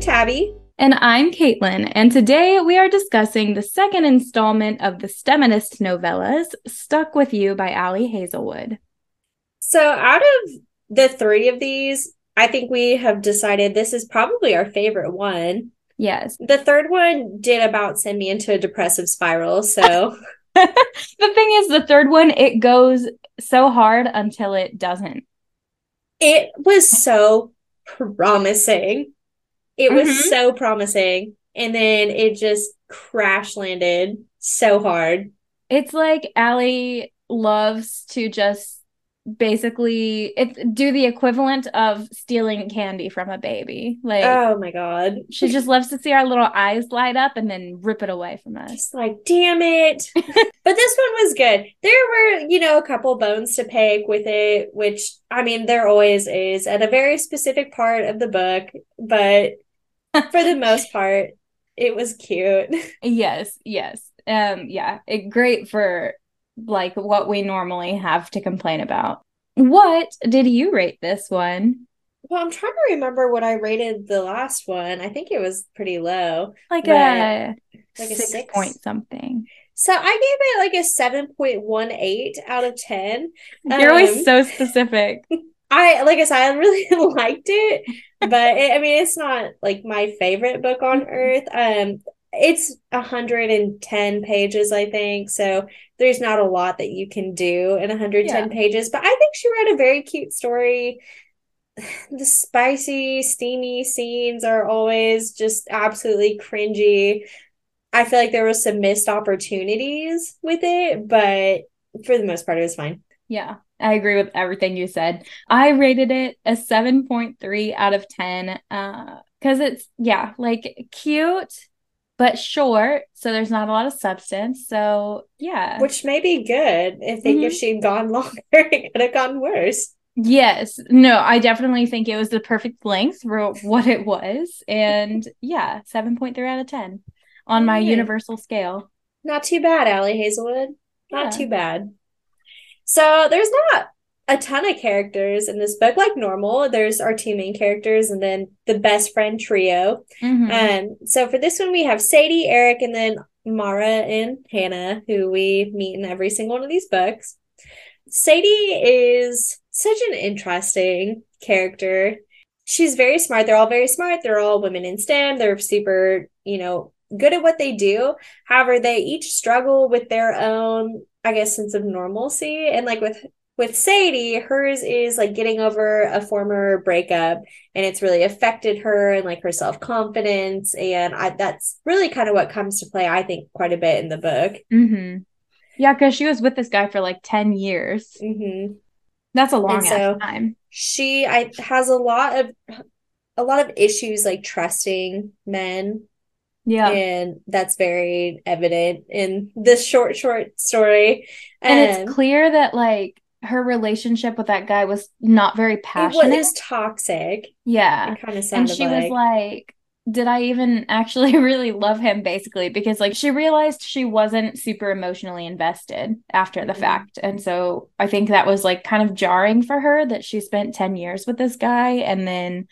Tabby. And I'm Caitlin, and today we are discussing the second installment of the Steminist novellas, Stuck With You by Allie Hazelwood. So, out of the three of these, I think we have decided this is probably our favorite one. Yes. The third one did about send me into a depressive spiral. So, the thing is, the third one, it goes so hard until it doesn't. it was so promising. It was Mhm. so promising. And then it just crash landed so hard. It's like Allie loves to just basically it, do the equivalent of stealing candy from a baby. Like, Oh my God. she just loves to see our little eyes light up and then rip it away from us. Just like, damn it. but this one was good. There were, you know, a couple bones to pick with it, which I mean, there always is at a very specific part of the book. But for the most part, it was cute. Yes, yes. Um, yeah, it, great for like what we normally have to complain about. What did you rate this one? Well, I'm trying to remember what I rated the last one. I think it was pretty low. Like Right. a Like a six six? point something. So I gave it like a 7.18 out of 10. You're Um, always so specific. I like I said, I really liked it, but it, I mean, it's not like my favorite book on earth. Um, it's 110 pages, I think. So there's not a lot that you can do in 110 pages, but I think she wrote a very cute story. The spicy, steamy scenes are always just absolutely cringy. I feel like there were some missed opportunities with it, but for the most part, it was fine. Yeah, I agree with everything you said. I rated it a 7.3 out of 10 uh cuz it's yeah, like cute but short, so there's not a lot of substance. So, yeah. Which may be good. I think if she'd gone longer, it could have gone worse. Yes. No, I definitely think it was the perfect length for what it was. And yeah, 7.3 out of 10 on my Okay. universal scale. Not too bad, Allie Hazelwood. Not Yeah. too bad. So there's not a ton of characters in this book, like normal. There's our two main characters and then the best friend trio. Mhm. Um, so for this one, we have Sadie, Eric, and then Mara and Hannah, who we meet in every single one of these books. Sadie is such an interesting character. She's very smart. They're all very smart. They're all women in STEM. They're super, you know, good at what they do. However, they each struggle with their own, I guess, sense of normalcy. And like with with Sadie, hers is like getting over a former breakup and it's really affected her and like her self confidence. And I, that's really kind of what comes to play, I think, quite a bit in the book. Mhm. Yeah, cuz she was with this guy for like 10 years. hmm Mm-hmm. That's a long ass so- time. She I has a lot of a lot of issues like trusting men, Yeah. and that's very evident in this short short story. And it's Um, clear that like her relationship with that guy was not very it was passionate. toxic. yeah. It kind of And sounded she like, was like, did I even actually really love him? Basically, because like she realized she wasn't super emotionally invested after the Mhm. fact. And so I think that was like kind of jarring for her that she spent 10 years with this guy and then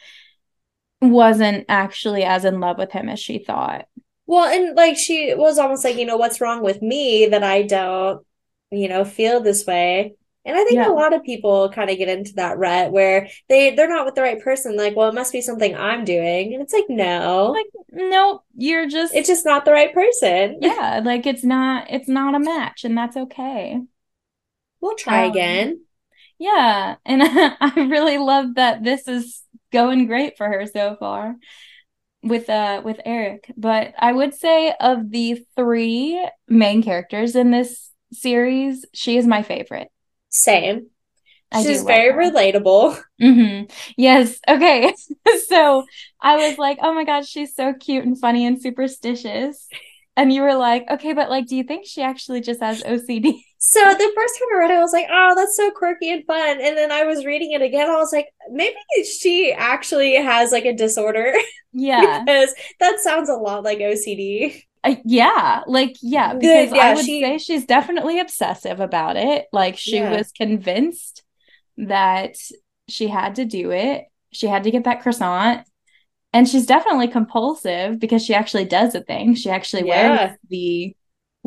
wasn't actually as in love with him as she thought. well, and like she was almost like, you know, what's wrong with me that I don't, you know, feel this way. And I think Yeah. a lot of people kind of get into that rut where they they're not with the right person. Like, well, it must be something I'm doing, and it's like, no, Like, nope, you're just, it's just not the right person. yeah, like it's not, it's not a match and that's okay. We'll try Um, again. Yeah, and I really love that this is going great for her so far with uh with Eric. But I would say of the three main characters in this series, she is my favorite. Same. I do She's love very her. relatable. hmm Yes. Okay. So I was like, oh my God, she's so cute and funny and superstitious. And you were like, okay, but like, do you think she actually just has OCD? So the first time I read it, I was like, oh, that's so quirky and fun. And then I was reading it again. I was like, maybe she actually has like a disorder Yeah. because that sounds a lot like OCD. Uh, yeah, like yeah, The- because I yeah, would she- say she's definitely obsessive about it. Like she Yeah. was convinced that she had to do it. She had to get that croissant and she's definitely compulsive because she actually does a thing. She actually Yeah. wears the The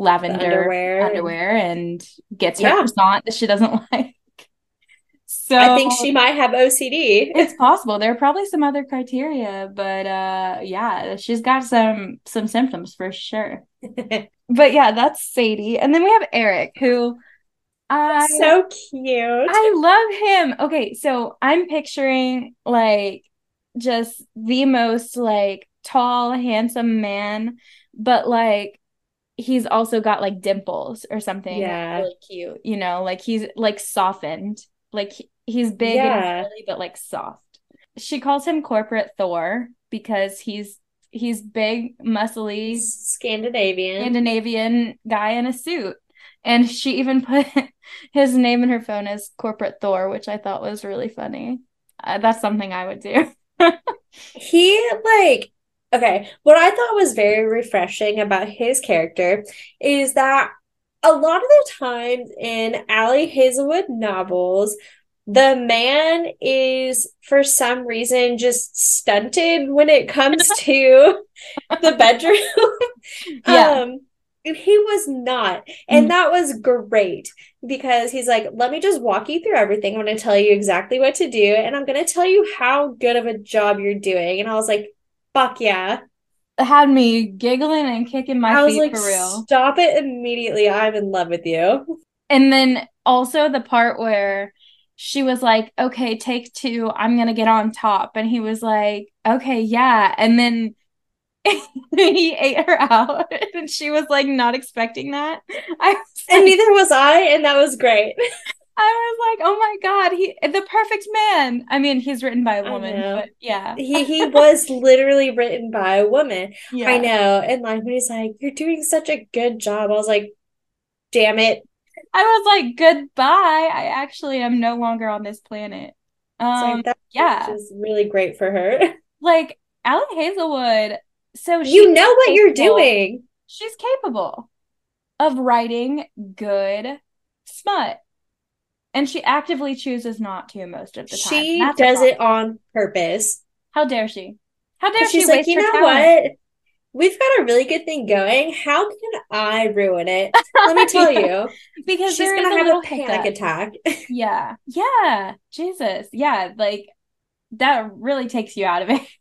lavender underwear. underwear. and- and gets her Yeah. croissant that she doesn't like. So I think she might have OCD. it's possible. There are probably some other criteria, but uh yeah, she's got some some symptoms for sure. But yeah, that's Sadie. And then we have Eric who I so cute. I love him. Okay, so I'm picturing like just the most like tall, handsome man, but like he's also got like dimples or something. That's Yeah. really cute. You know, like he's like softened. Like he- he's big Yeah. and curly, but like soft. She calls him corporate Thor because he's he's big, muscly, Scandinavian. Scandinavian guy in a suit. And she even put his name in her phone as Corporate Thor, which I thought was really funny. Uh, that's something I would do. He like okay, what I thought was very refreshing about his character is that a lot of the times in Ally Hazelwood novels, the man is for some reason just stunted when it comes to the bedroom. Yeah. Mm. Um and he was not. And that was great because he's like, let me just walk you through everything. I'm going to tell you exactly what to do. And I'm going to tell you how good of a job you're doing. And I was like, fuck yeah. Had me giggling and kicking my I was feet like, for real. stop it immediately. I'm in love with you. And then also the part where she was like, okay, take two. I'm going to get on top. And he was like, okay, yeah. And then he ate her out. And she was like, not expecting that. I was And neither was I. And that was great. I was like, oh my god, he the perfect man. I mean, he's written by a I woman, know. but yeah, He, he was literally written by a woman. yeah. I know. And like, when he's like, you're doing such a good job, I was like, damn it. I was like, goodbye. I actually am no longer on this planet. It's Um, like, that yeah. was just really great for her. like Allie Hazelwood. So You she's know what you're capable- doing. She's capable of writing good smut, and she actively chooses not to most of the time. She That's a does problem. it on purpose. How dare she? How dare But she? she's like, waste you her know talent?" what? We've got a really good thing going. How can I ruin it? Let me tell you, Because she's there is gonna a have little a panic hiccup. attack. Yeah. Yeah. Jesus. Yeah. Like that really takes you out of it.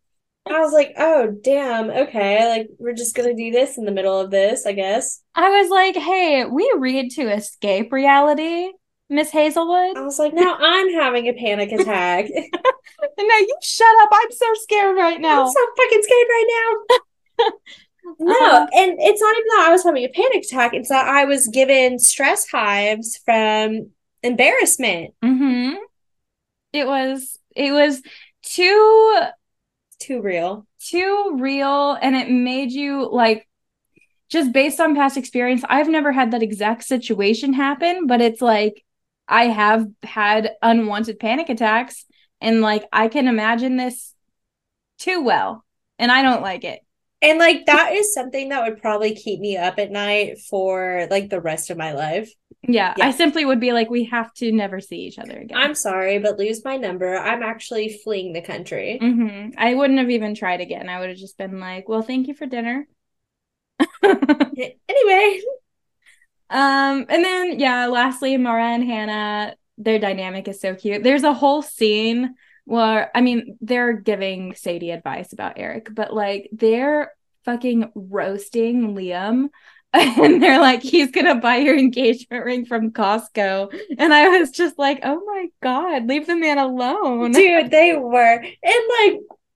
I was like, oh damn, okay, like we're just gonna do this in the middle of this, I guess. I was like, hey, we read to escape reality, Miss Hazelwood. I No, was like, now I'm having a panic attack. you shut up. I'm so scared right I'm now. so fucking scared right now. No, Um, and it's not even that I was having a panic attack, it's that I was given stress hives from embarrassment. hmm It was it was too Too real. too real and it made you like just based on past experience i've never had that exact situation happen but it's like i have had unwanted panic attacks and like i can imagine this too well and i don't like it And like that is something that would probably keep me up at night for like the rest of my life. yeah, Yeah. i simply would be like we have to never see each other again I'm sorry, but lose my number. I'm actually fleeing the country. hmm i wouldn't have even tried again i would have just been like well thank you for dinner Anyway, Um, and then yeah, lastly, Mara and Hannah, their dynamic is so cute. There's a whole scene where I mean, they're giving Sadie advice about Eric, but like they're fucking roasting Liam. And they're like, he's gonna buy your engagement ring from Costco. And I was just like, oh my God, leave the man alone. dude, they were. And like,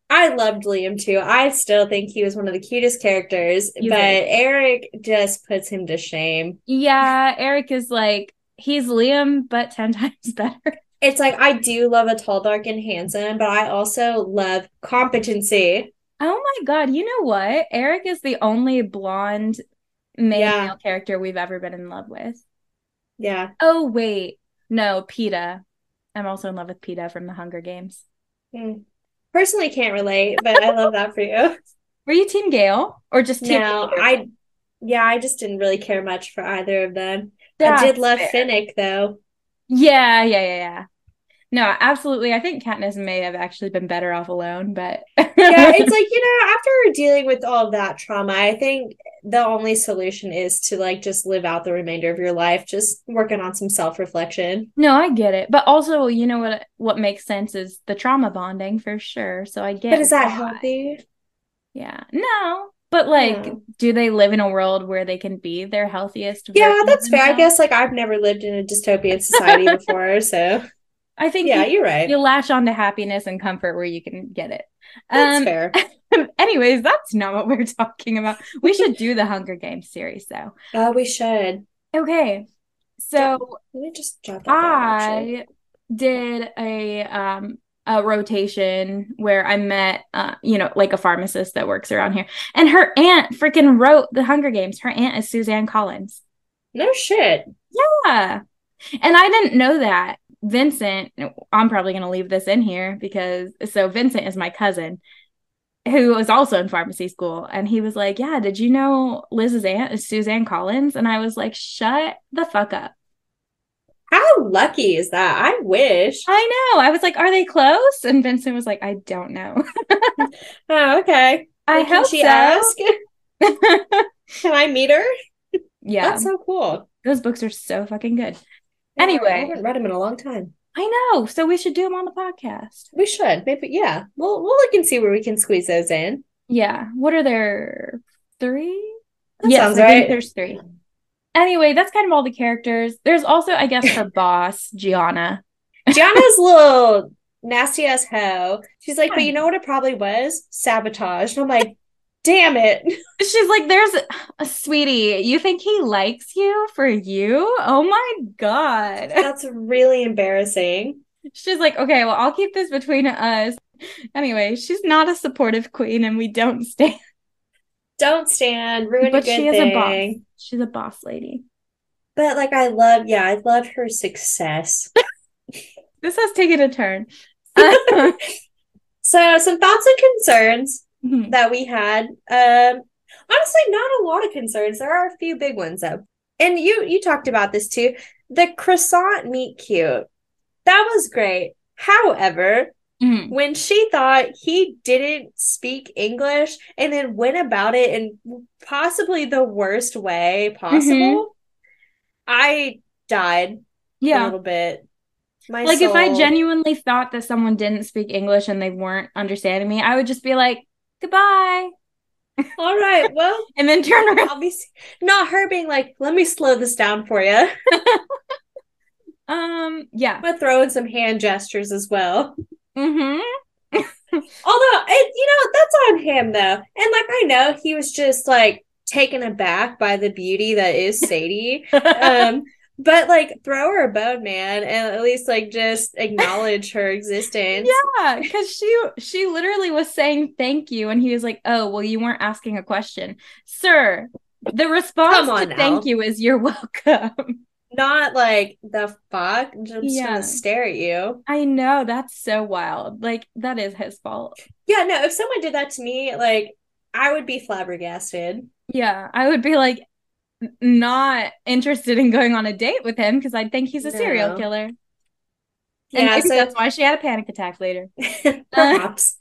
I loved Liam too. I still think he was one of the cutest characters, He's but amazing. Eric just puts him to shame. Yeah, Eric is like, he's Liam, but 10 times better. It's like, I do love a tall, dark, and handsome, but I also love competency. Oh my God, you know what? Eric is the only blonde male Yeah. male character we've ever been in love with. Yeah. Oh, wait. No, PETA. I'm also in love with PETA from the Hunger Games. Hmm. Personally, can't relate, but I love that for you. Were you Team Gale or just Team No, Peter? I, yeah, I just didn't really care much for either of them. I That's did love fair. Finnick though. Yeah, yeah, yeah, yeah. No, absolutely. I think Katniss may have actually been better off alone, but yeah, it's like, you know, after dealing with all of that trauma, I think the only solution is to like just live out the remainder of your life, just working on some self-reflection. no, I get it. But also, you know what what makes sense is the trauma bonding for sure. So I get but is that why. healthy? Yeah. No. But like, No. do they live in a world where they can be their healthiest? Yeah, version of that's fair. I themselves? guess like I've never lived in a dystopian society before, so I think yeah, you, you're right. you lash on to happiness and comfort where you can get it. That's um, fair. Anyways, that's not what we're talking about. We should do the Hunger Games series though. Uh, we should. Okay. So Let me just jot that down. actually. I did a um a rotation where I met uh you know like a pharmacist that works around here and her aunt freaking wrote the Hunger Games. Her aunt is Suzanne Collins. No shit. Yeah. And I didn't know that. Vincent, I'm probably going to leave this in here because so Vincent is my cousin who was also in pharmacy school. And he was like, Yeah, did you know Liz's aunt is Suzanne Collins? And I was like, Shut the fuck up. How lucky is that? I wish. I know. I was like, Are they close? And Vincent was like, I don't know. Oh, okay. I Can hope she so. ask? Can I meet her? yeah. That's so cool. Those books are so fucking good. Yeah, I Anyway. haven't read them in a long time. I know. So we should do them on the podcast. We should. Maybe yeah. We'll we'll look and see where we can squeeze those in. Yeah. What are there? Three? That yes, sounds I think right. there's three. Anyway, that's kind of all the characters. There's also, I guess, her boss, Gianna. Gianna's little nasty ass hoe. She's like, but Yeah. you know what it probably was? Sabotage. And I'm like, damn it. She's like, there's a sweetie, you think he likes you for you? Oh my God. That's really embarrassing. She's like, okay, well, I'll keep this between us. Anyway, she's not a supportive queen and we don't stay. Don't stand, ruin But a good she is thing. a boss. She's a boss lady. But like I love, yeah, I love her success. This has taken a turn. So some thoughts and concerns Mm-hmm. that we had. Um honestly not a lot of concerns. There are a few big ones though. And you you talked about this too. The croissant meet cute. That was great. However, Mm. when she thought he didn't speak English and then went about it in possibly the worst way possible, I died a Mm-hmm. Yeah. little bit. My like if I soul- genuinely thought that someone didn't speak English and they weren't understanding me, I would just be like, goodbye, all right, well, and then turn around. obviously not her being like, let me slow this down for you, Um, yeah. but throw in some hand gestures as well. Mm-hmm. Although, it, you know, that's on him though. And like, I know he was just like taken aback by the beauty that is Sadie. um but like throw her a bone man and at least like just acknowledge her existence yeah, because she she literally was saying thank you, and he was like, "Oh, well, you weren't asking a question, sir." The response Come on to now. thank you is "You're welcome." not like the fuck I'm just Yeah. gonna stare at you I know that's so wild. Like that is his fault. yeah no if someone did that to me like i would be flabbergasted Yeah, I would be like n- not interested in going on a date with him because I think he's a serial No. killer. And yeah maybe so that's Uh, why she had a panic attack later. perhaps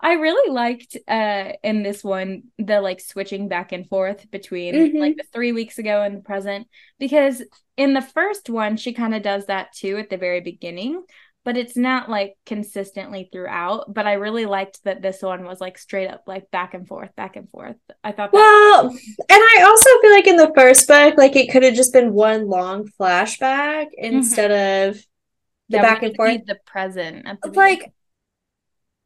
I really liked uh in this one the like switching back and forth between Mhm. like the three weeks ago and the present because in the first one she kind of does that too at the very beginning, but it's not like consistently throughout. But I really liked that this one was like straight up like back and forth, back and forth. I thought that well and i also feel like in the first book like it could have just been one long flashback instead of the that back we and forth need the present at the beginning. like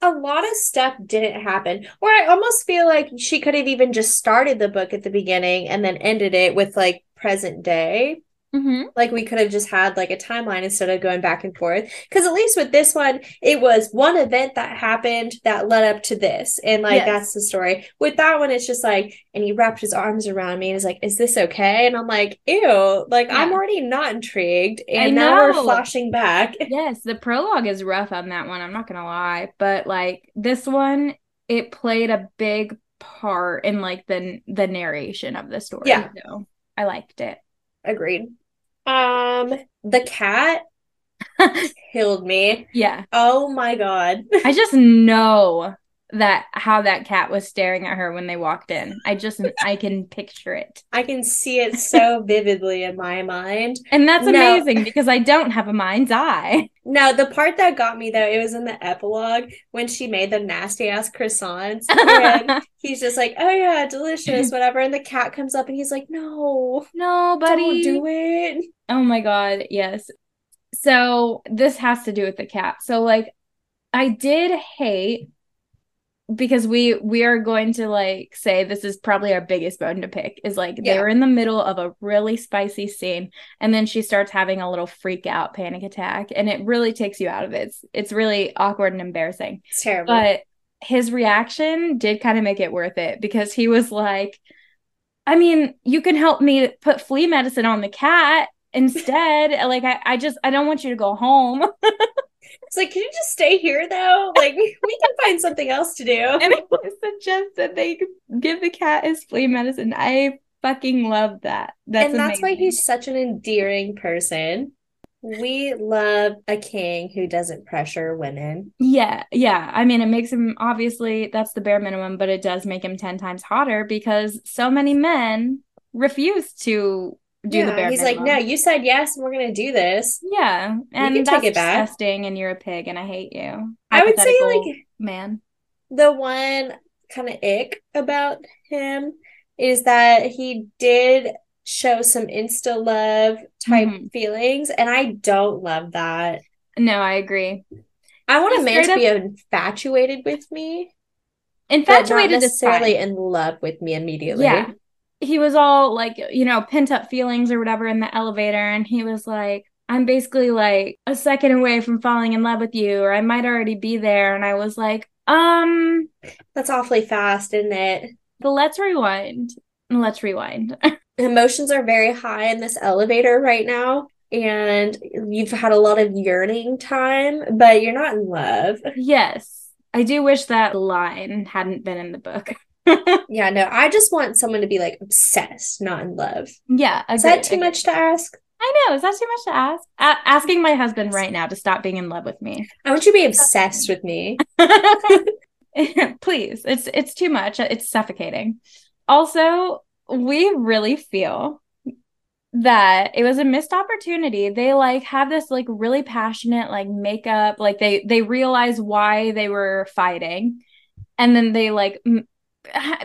a lot of stuff didn't happen or i almost feel like she could have even just started the book at the beginning and then ended it with like present day Mhm. like we could have just had like a timeline instead of going back and forth because at least with this one it was one event that happened that led up to this and like Yes. that's the story with that one it's just like and he wrapped his arms around me and is like is this okay and i'm like ew like i'm Yeah. already not intrigued I and now we're know. flashing back Yes, the prologue is rough on that one. I'm not gonna lie, but like this one, it played a big part in like the the narration of the story. Yeah. so I liked it. Agreed. Um, the cat killed me. yeah. Oh my god. I just know that how that cat was staring at her when they walked in. I just I can picture it. I can see it so vividly in my mind. And that's No. amazing because I don't have a mind's eye. No, the part that got me though, it was in the epilogue when she made the nasty ass croissants. And he's just like, Oh yeah, delicious, whatever. And the cat comes up and he's like, No, no, buddy. don't do it. Oh my God, yes. So this has to do with the cat. So like I did hate because we we are going to like say this is probably our biggest bone to pick is like they Yeah. were in the middle of a really spicy scene and then she starts having a little freak out panic attack and it really takes you out of it. It's it's really awkward and embarrassing. It's terrible. But his reaction did kind of make it worth it because he was like, I mean, you can help me put flea medicine on the cat instead. like, I, I just, I don't want you to go home. it's like, can you just stay here though? Like we can find something else to do. and I suggested they give the cat his flea medicine. I fucking love that. That's and that's why amazing. he's such an endearing person. We love a king who doesn't pressure women. Yeah, yeah. I mean, it makes him obviously that's the bare minimum, but it does make him 10 times hotter because so many men refuse to do the bare he's minimum. like, no, you said yes, and we're gonna do this. Yeah, and can take that's it back. disgusting, and you're a pig, and I hate you. I would say Hypothetical like man. the one kind of ick about him is that he did show some insta love type Mhm. feelings, and I don't love that. No, I agree. I want a Just man to straight be infatuated with me, but not Infatuated is fine. necessarily in love with me immediately. Yeah. He was all like, you know, pent up feelings or whatever in the elevator, and he was like, "I'm basically like a second away from falling in love with you, or I might already be there." And I was like, "Um, That's awfully fast, isn't it? but let's rewind. Let's rewind." Emotions are very high in this elevator right now, and you've had a lot of yearning time, but you're not in love. yes, I do wish that line hadn't been in the book. Yeah, no, I just want someone to be like obsessed, not in love. Yeah, Is that agreed, too agreed. much to ask? I know. Is that too much to ask? A- asking my husband right now to stop being in love with me, I want you to be obsessed with me. please. It's it's too much. It's suffocating. Also, we really feel that it was a missed opportunity. They like have this like really passionate like makeup. Like they they realize why they were fighting, and then they like. M-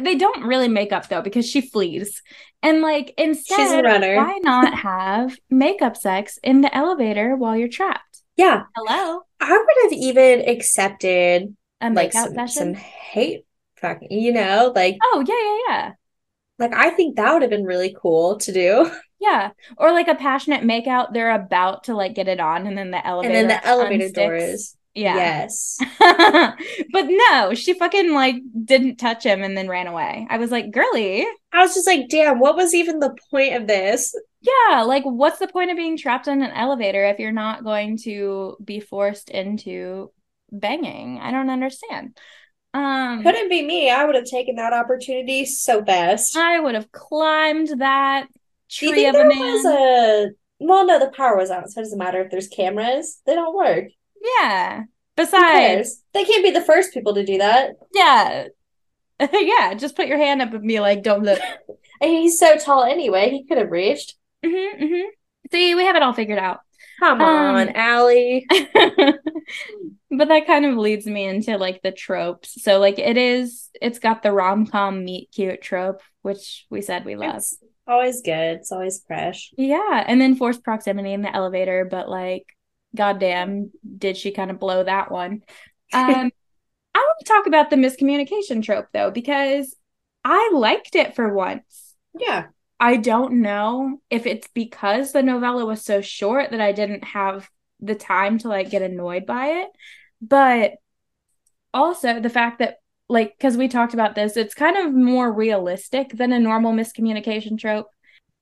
they don't really make up though because she flees and like instead She's a runner. why not have makeup sex in the elevator while you're trapped? Yeah, Hello, I would have even accepted a like makeout some, some session. hate fucking, you know, like Oh yeah, yeah, yeah, like I think that would have been really cool to do. yeah. Or like a passionate makeout. They're about to like get it on, and then the And elevator. then the elevator unsticks. doors. Yeah. Yes. but no, she fucking like didn't touch him and then ran away. I was like, girly, I was just like, damn, what was even the point of this? Mm-hmm. yeah, like what's the point of being trapped in an elevator if you're not going to be forced into banging? I don't understand. Um Couldn't be me. I would have taken that opportunity so fast. I would have climbed that Do you Ah, tree think of a there man. was a well no the power was out, so it doesn't matter if there's cameras. They don't work. Yeah. Who Besides, cares? They can't be the first people to do that. yeah. yeah, just put your hand up and be like, don't look. And he's so tall anyway, he could have reached. hmm hmm See, we have it all figured out. Come on, Um, Allie. but that kind of leads me into like the tropes. So like it is it's got the rom-com meet cute trope, which we said we love. It's always good. It's always fresh. Yeah, and then forced proximity in the elevator, but like, goddamn, did she kind of blow that one? Um, I want to talk about the miscommunication trope though, because I liked it for once. Yeah. I don't know if it's because the novella was so short that I didn't have the time to like get annoyed by it, but also the fact that like because we talked about this, it's kind of more realistic than a normal miscommunication trope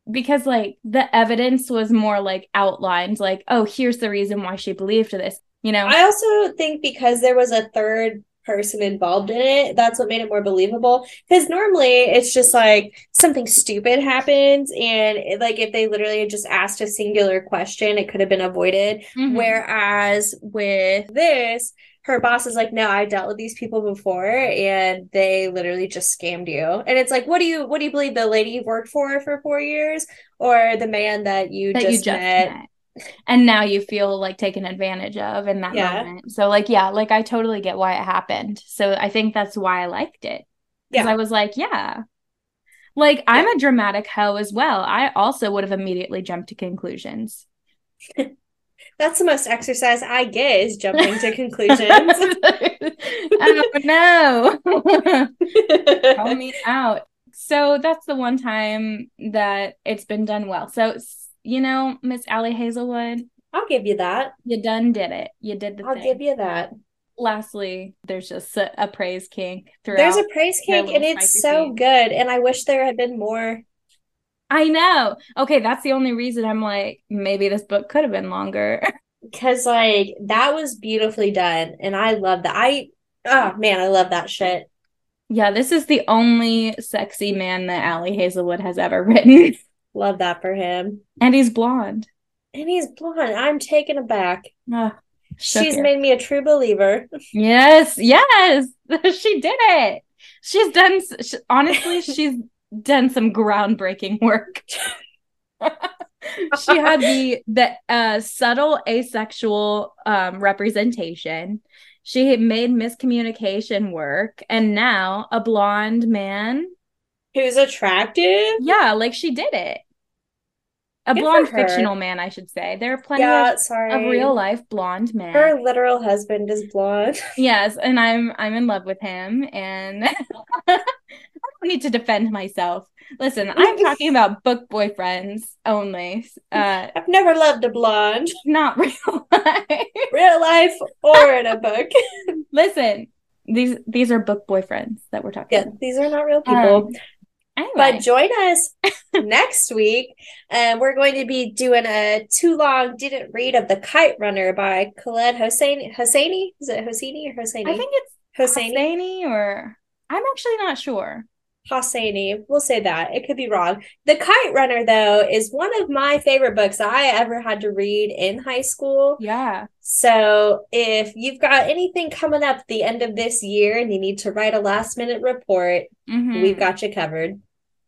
because like the evidence was more like outlined like oh here's the reason why she believed this you know I also think because there was a third person involved in it. That's what made it more believable. Because normally it's just like something stupid happens, and it, like if they literally had just asked a singular question, it could have been avoided. Mhm. Whereas with this, her boss is like, "No, I dealt with these people before, and they literally just scammed you." And it's like, "What do you what do you believe the lady you've worked for for four years, or the man that you that just you just met?" met. And now you feel like taken advantage of in that Yeah. moment. So like yeah, like I totally get why it happened. So I think that's why I liked it. Because Yeah. I was like, yeah. Like I'm a dramatic hoe as well. I also would have immediately jumped to conclusions. That's the most exercise I get is jumping to conclusions. I don't know. Call Oh, me out. So that's the one time that it's been done well. So you know, Miss Allie Hazelwood, I'll give you that. you done did it. You did the I'll thing. give you that. Lastly, there's just a, a praise kink throughout. There's a praise their cake and little it's spicy so scene. good. And I wish there had been more. I know. Okay, that's the only reason I'm like maybe this book could have been longer. Cause like that was beautifully done. And I love that. I oh man, I love that shit. yeah, this is the only sexy man that Allie Hazelwood has ever written, Love that for him. and he's blonde. And he's blonde. I'm taken aback. Ugh. Shook She's her. made me a true believer. Yes, yes, she did it. She's done, s- sh honestly, she's done some groundbreaking work. she had the the uh, subtle asexual um, representation. She had made miscommunication work, and now a blonde man. Who's attractive? Yeah, like she did it. A Good for blonde her. fictional man, I should say. There are plenty Yeah, of, sorry. of real life blonde men. Her literal husband is blonde. Yes, and I'm I'm in love with him and I don't need to defend myself. Listen, I'm talking about book boyfriends only. Uh I've never loved a blonde, not real life. real life or in a book. Listen, these these are book boyfriends that we're talking Yeah, about. these are not real people. Um, anyway, But join us next week. Um, we're going to be doing a too long didn't read of the Kite Runner by Khaled Hosseini. Hosseini is it Hosseini or Hosseini? I think it's Hosseini. Hosseini or I'm actually not sure. Hosseini. We'll say that. It could be wrong. The Kite Runner though is one of my favorite books I ever had to read in high school. Yeah. So, if you've got anything coming up the end of this year and you need to write a last minute report, Mhm. we've got you covered.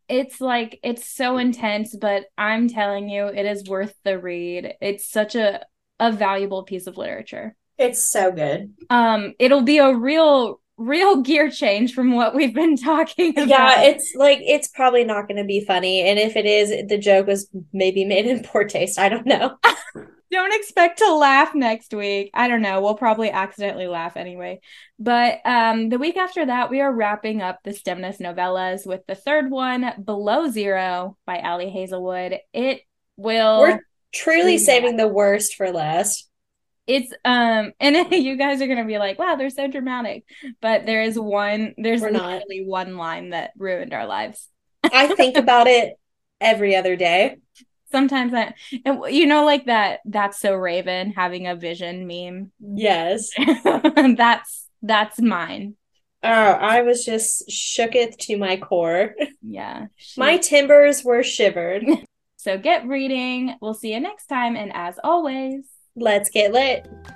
it's like it's so intense but i'm telling you it is worth the read it's such a a valuable piece of literature It's so good. um it'll be a real real gear change from what we've been talking about Yeah, it's like it's probably not going to be funny, and if it is, the joke was maybe made in poor taste. I don't know. don't expect to laugh next week i don't know we'll probably accidentally laugh anyway but um the week after that we are wrapping up the stemness novellas with the third one below zero by allie hazelwood it will We're truly Yeah. saving the worst for last. it's um and you guys are gonna be like wow they're so dramatic but there is one there's We're not. literally one line that ruined our lives I think about it every other day. sometimes i and you know like that that's so raven having a vision meme Yes. that's that's mine Oh, I was just shooketh to my core. yeah she- My timbers were shivered. so get reading we'll see you next time and as always Let's get lit.